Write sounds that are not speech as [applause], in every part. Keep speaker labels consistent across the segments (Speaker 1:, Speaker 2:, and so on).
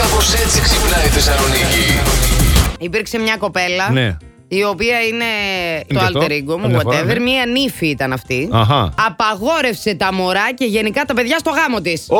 Speaker 1: Κάπως έτσι ξυπνάει η Θεσσαλονίκη.
Speaker 2: Υπήρξε μια κοπέλα.
Speaker 3: Ναι.
Speaker 2: Η οποία είναι, το
Speaker 3: και το.
Speaker 2: alter ego μου,
Speaker 3: Καμιά
Speaker 2: whatever.
Speaker 3: φορά, ναι.
Speaker 2: Μία νύφη ήταν αυτή.
Speaker 3: Αχα.
Speaker 2: Απαγόρευσε τα μωρά και γενικά τα παιδιά στο γάμο της. Είπε,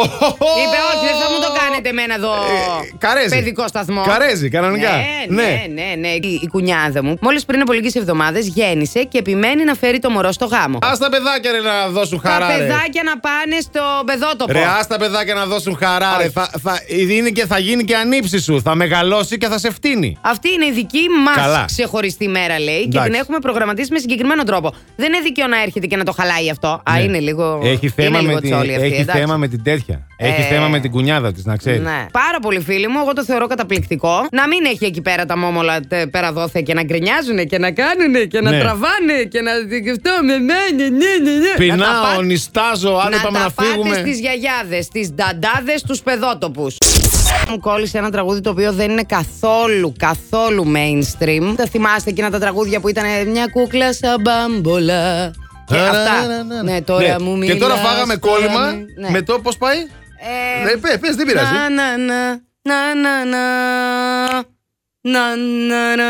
Speaker 2: όχι, δεν θα μου το κάνετε εμένα εδώ.
Speaker 3: Ε, καρέζει.
Speaker 2: Παιδικό σταθμό.
Speaker 3: Καρέζει, κανονικά.
Speaker 2: Ναι, ναι,
Speaker 3: Ναι.
Speaker 2: ναι. ναι. Η, η κουνιάδα μου, μόλις πριν από λίγες εβδομάδες, γέννησε και επιμένει να φέρει το μωρό στο γάμο.
Speaker 3: Ας τα παιδάκια ρε, να δώσουν
Speaker 2: τα
Speaker 3: χαρά. ρε.
Speaker 2: παιδάκια να πάνε στο παιδότοπο.
Speaker 3: Ρε, ας τα παιδάκια να δώσουν χαρά. Ρε.
Speaker 2: Όχι.
Speaker 3: Θα, θα, είναι και, θα γίνει και ανήψη σου. Θα μεγαλώσει και θα σε φτύνει.
Speaker 2: Αυτή είναι η δική μας
Speaker 3: Καλά.
Speaker 2: ξεχωριστή μέρα, λέει, και
Speaker 3: Εντάξει.
Speaker 2: την έχουμε προγραμματίσει με συγκεκριμένο τρόπο. Δεν είναι δίκαιο να έρχεται και να το χαλάει αυτό. Α,
Speaker 3: Ναι.
Speaker 2: είναι λίγο.
Speaker 3: Έχει θέμα,
Speaker 2: είναι λίγο
Speaker 3: με, την,
Speaker 2: τσόλη αυτή,
Speaker 3: έχει
Speaker 2: εντάξει.
Speaker 3: θέμα με την τέτοια. Έχεις
Speaker 2: Ε.
Speaker 3: θέμα με την κουνιάδα της, να ξέρεις.
Speaker 2: Ναι. Πάρα πολύ φίλοι μου, εγώ το θεωρώ καταπληκτικό. Να μην έχει εκεί πέρα τα μόμολα τε- πέρα δόθε και να γκρινιάζουν και να κάνουν και να
Speaker 3: Ναι.
Speaker 2: τραβάνε και να. Αυτό με ναι, ναι, ναι, ναι. Να τα
Speaker 3: Πεινάω,
Speaker 2: πά-
Speaker 3: νιστάζω, άλλο
Speaker 2: να
Speaker 3: πάμε
Speaker 2: τα
Speaker 3: να φύγουμε.
Speaker 2: πάτε στις γιαγιάδες, στις νταντάδες, στου παιδότοπους. Μου κόλλησε ένα τραγούδι το οποίο δεν είναι καθόλου, καθόλου mainstream. Τα θυμάστε εκείνα τα τραγούδια που ήταν μια κούκλα σαν μπάμπολα. Και
Speaker 3: Ε,
Speaker 2: αυτά. Ναι, τώρα μου
Speaker 3: Και
Speaker 2: μιλάς,
Speaker 3: τώρα φάγαμε
Speaker 2: τώρα
Speaker 3: κόλλημα
Speaker 2: μου- ναι.
Speaker 3: με το πώς πάει.
Speaker 2: Ε,
Speaker 3: Ναι, πες, πες, δεν πειράζει.
Speaker 2: Να, να, να, να, να, να. Να, να, να.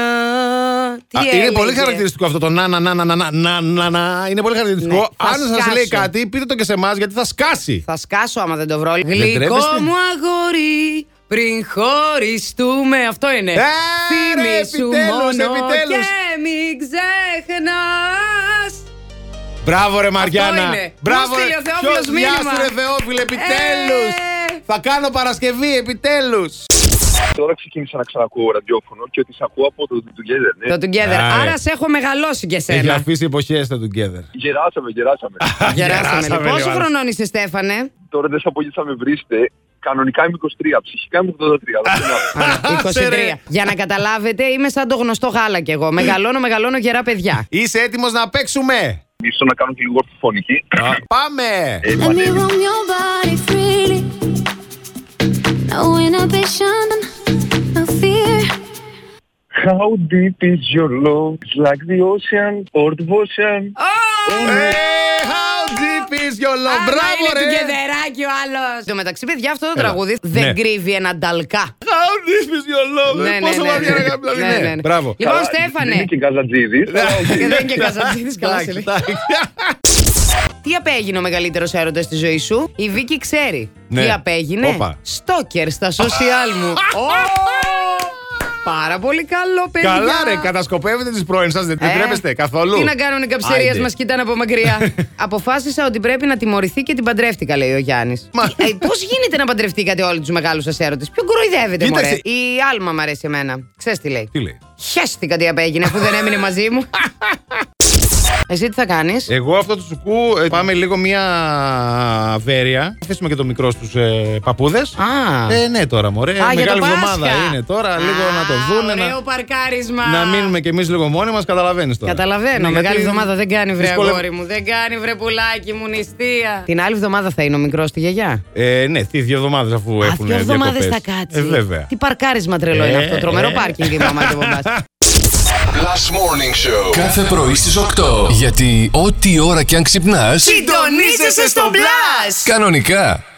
Speaker 2: Τι
Speaker 3: Α, είναι
Speaker 2: έλεγε?
Speaker 3: πολύ χαρακτηριστικό αυτό το να να να να να να να να να. Είναι πολύ χαρακτηριστικό.
Speaker 2: Ναι, θα
Speaker 3: Αν σας λέει
Speaker 2: σκάσω.
Speaker 3: κάτι, πείτε το και σε εμάς γιατί θα σκάσει.
Speaker 2: Θα σκάσω άμα δεν το βρω. Γλυκό
Speaker 3: τρέπεστε?
Speaker 2: μου αγόρι, πριν χωριστούμε. Αυτό είναι.
Speaker 3: Ε, ρε,
Speaker 2: Θυμήσου
Speaker 3: επιτέλους,
Speaker 2: μόνο
Speaker 3: επιτέλους.
Speaker 2: και μην ξεχνάς.
Speaker 3: Μπράβο ρε Μαριάννα.
Speaker 2: είναι.
Speaker 3: Μπράβο
Speaker 2: Μου στείλε ο Θεόφιλος
Speaker 3: Ποιος
Speaker 2: μήνυμα.
Speaker 3: διάσου, ρε Θεόφιλε, επιτέλου.
Speaker 2: Ε.
Speaker 3: Θα κάνω Παρασκευή, επιτέλους.
Speaker 4: Τώρα ξεκίνησα να ξανακούω ραδιόφωνο και ότι σε ακούω από το Together. Ναι.
Speaker 2: Ε, Το together.
Speaker 3: Άρα. Ε,
Speaker 2: Άρα σε έχω μεγαλώσει και
Speaker 3: Έχει
Speaker 2: σένα.
Speaker 3: αφήσει εποχές τα together.
Speaker 4: Γεράσαμε, γεράσαμε.
Speaker 2: Γεράσαμε.
Speaker 3: Γεράσαμε,
Speaker 2: λοιπόν. Πόσο
Speaker 3: λοιπόν.
Speaker 2: χρονών είσαι, Στέφανε?
Speaker 4: Τώρα δεν σε απόγευμα με βρίσκετε. Κανονικά είμαι 23, ψυχικά είμαι 83. δεν ξέρω.
Speaker 2: Α,
Speaker 3: Άσε,
Speaker 2: 23.
Speaker 3: ρε.
Speaker 2: Για να καταλάβετε, είμαι σαν το γνωστό γάλα κι εγώ. Μεγαλώνω, μεγαλώνω γερά παιδιά.
Speaker 3: Είσαι έτοιμος να παίξουμε.
Speaker 4: Ίσως να κάνω και λίγο ορθοφωνική.
Speaker 3: Πάμε.
Speaker 4: Ε,
Speaker 5: Let me
Speaker 4: πανέμι.
Speaker 5: roam your body freely. No inhibition, no fear.
Speaker 4: How deep is your love? It's like the ocean or the ocean.
Speaker 3: Ε, How deep is your love. Μπράβο
Speaker 2: είναι του
Speaker 3: ρε.
Speaker 2: κεδεράκι ο άλλος. Στο μεταξύ, παιδιά, αυτό το
Speaker 3: Έλα.
Speaker 2: τραγούδι
Speaker 3: Ναι.
Speaker 2: δεν κρύβει ένα νταλκά.
Speaker 3: How deep is your love.
Speaker 2: Ναι,
Speaker 3: Ε, Πόσο βαριά ρε αγάπη, δηλαδή, ναι. Μπράβο.
Speaker 2: Λοιπόν,
Speaker 4: Καλά,
Speaker 2: Στέφανε,
Speaker 4: Είμαι και γκαζατζίδης. αλλά οκ.
Speaker 2: και δεν είναι και καζατζίδης, καλά σε
Speaker 3: Ε, Εντάξει,
Speaker 2: λέει.
Speaker 3: εντάξει.
Speaker 2: τι απέγινε ο μεγαλύτερος έρωτας στη ζωή σου, η Βίκη ξέρει.
Speaker 3: Ναι.
Speaker 2: Τι απέγινε,
Speaker 3: Όπα.
Speaker 2: στόκερ στα social
Speaker 3: [laughs]
Speaker 2: μου. Ω, Πάρα πολύ καλό, παιδιά.
Speaker 3: Καλά, ρε, κατασκοπεύετε τις πρώην σας, δεν
Speaker 2: Ε,
Speaker 3: τρέπεστε καθόλου.
Speaker 2: Τι να κάνουν οι καψερίες
Speaker 3: Άιντε.
Speaker 2: μας, κοιτάνε από
Speaker 3: [laughs]
Speaker 2: μακριά. Αποφάσισα ότι πρέπει να τιμωρηθεί και την παντρεύτηκα, λέει ο Γιάννης.
Speaker 3: Μα-
Speaker 2: ε, Πώς γίνεται να παντρευτήκατε όλοι τους μεγάλους σας έρωτες, Ποιο κοροϊδεύετε,
Speaker 3: Κοίταξε.
Speaker 2: μωρέ. Η Άλμα μ' αρέσει εμένα. Ξέρεις τι λέει.
Speaker 3: Τι λέει.
Speaker 2: Χαίστηκα τι απέγινε αφού δεν έμεινε μαζί
Speaker 3: [laughs]
Speaker 2: μου. Εσύ τι θα κάνεις.
Speaker 3: Εγώ αυτό του σουκού ε, πάμε λίγο μία βέρεια. Αφήσουμε και το μικρό στους ε, παππούδες.
Speaker 2: Α.
Speaker 3: Ε, ναι, τώρα μωρέ.
Speaker 2: Α, για
Speaker 3: Μεγάλη
Speaker 2: το Πάσχα.
Speaker 3: εβδομάδα είναι τώρα.
Speaker 2: Α,
Speaker 3: λίγο να το δούνε.
Speaker 2: Ωραίο
Speaker 3: Να,
Speaker 2: παρκάρισμα.
Speaker 3: να μείνουμε κι εμείς λίγο μόνοι μας, καταλαβαίνεις τώρα.
Speaker 2: Καταλαβαίνω.
Speaker 3: Ναι,
Speaker 2: Μεγάλη
Speaker 3: γιατί
Speaker 2: εβδομάδα δεν κάνει, βρε
Speaker 3: δυσκολευ-
Speaker 2: αγόρι μου. Δεν κάνει, βρε πουλάκι μου, νηστεία. Την άλλη εβδομάδα θα είναι ο μικρός στη γιαγιά.
Speaker 3: Ε, ναι, τι δύο εβδομάδες αφού
Speaker 2: Α,
Speaker 3: έχουν
Speaker 2: δύο εβδομάδες
Speaker 3: διακοπές.
Speaker 2: θα κάτσει.
Speaker 3: Ε, βέβαια.
Speaker 2: Τι παρκάρισμα τρελό είναι
Speaker 3: Ε,
Speaker 2: αυτό. Τρομερό
Speaker 3: ε.
Speaker 2: πάρκινγκ η μαμά και
Speaker 3: [laughs]
Speaker 2: ο μπαμπάς.
Speaker 1: Last Morning Show.
Speaker 6: Κάθε πρωί στις 8. Γιατί ό,τι ώρα κι αν ξυπνάς,
Speaker 2: Συντονίζεσαι στο μπλα!
Speaker 6: κανονικά.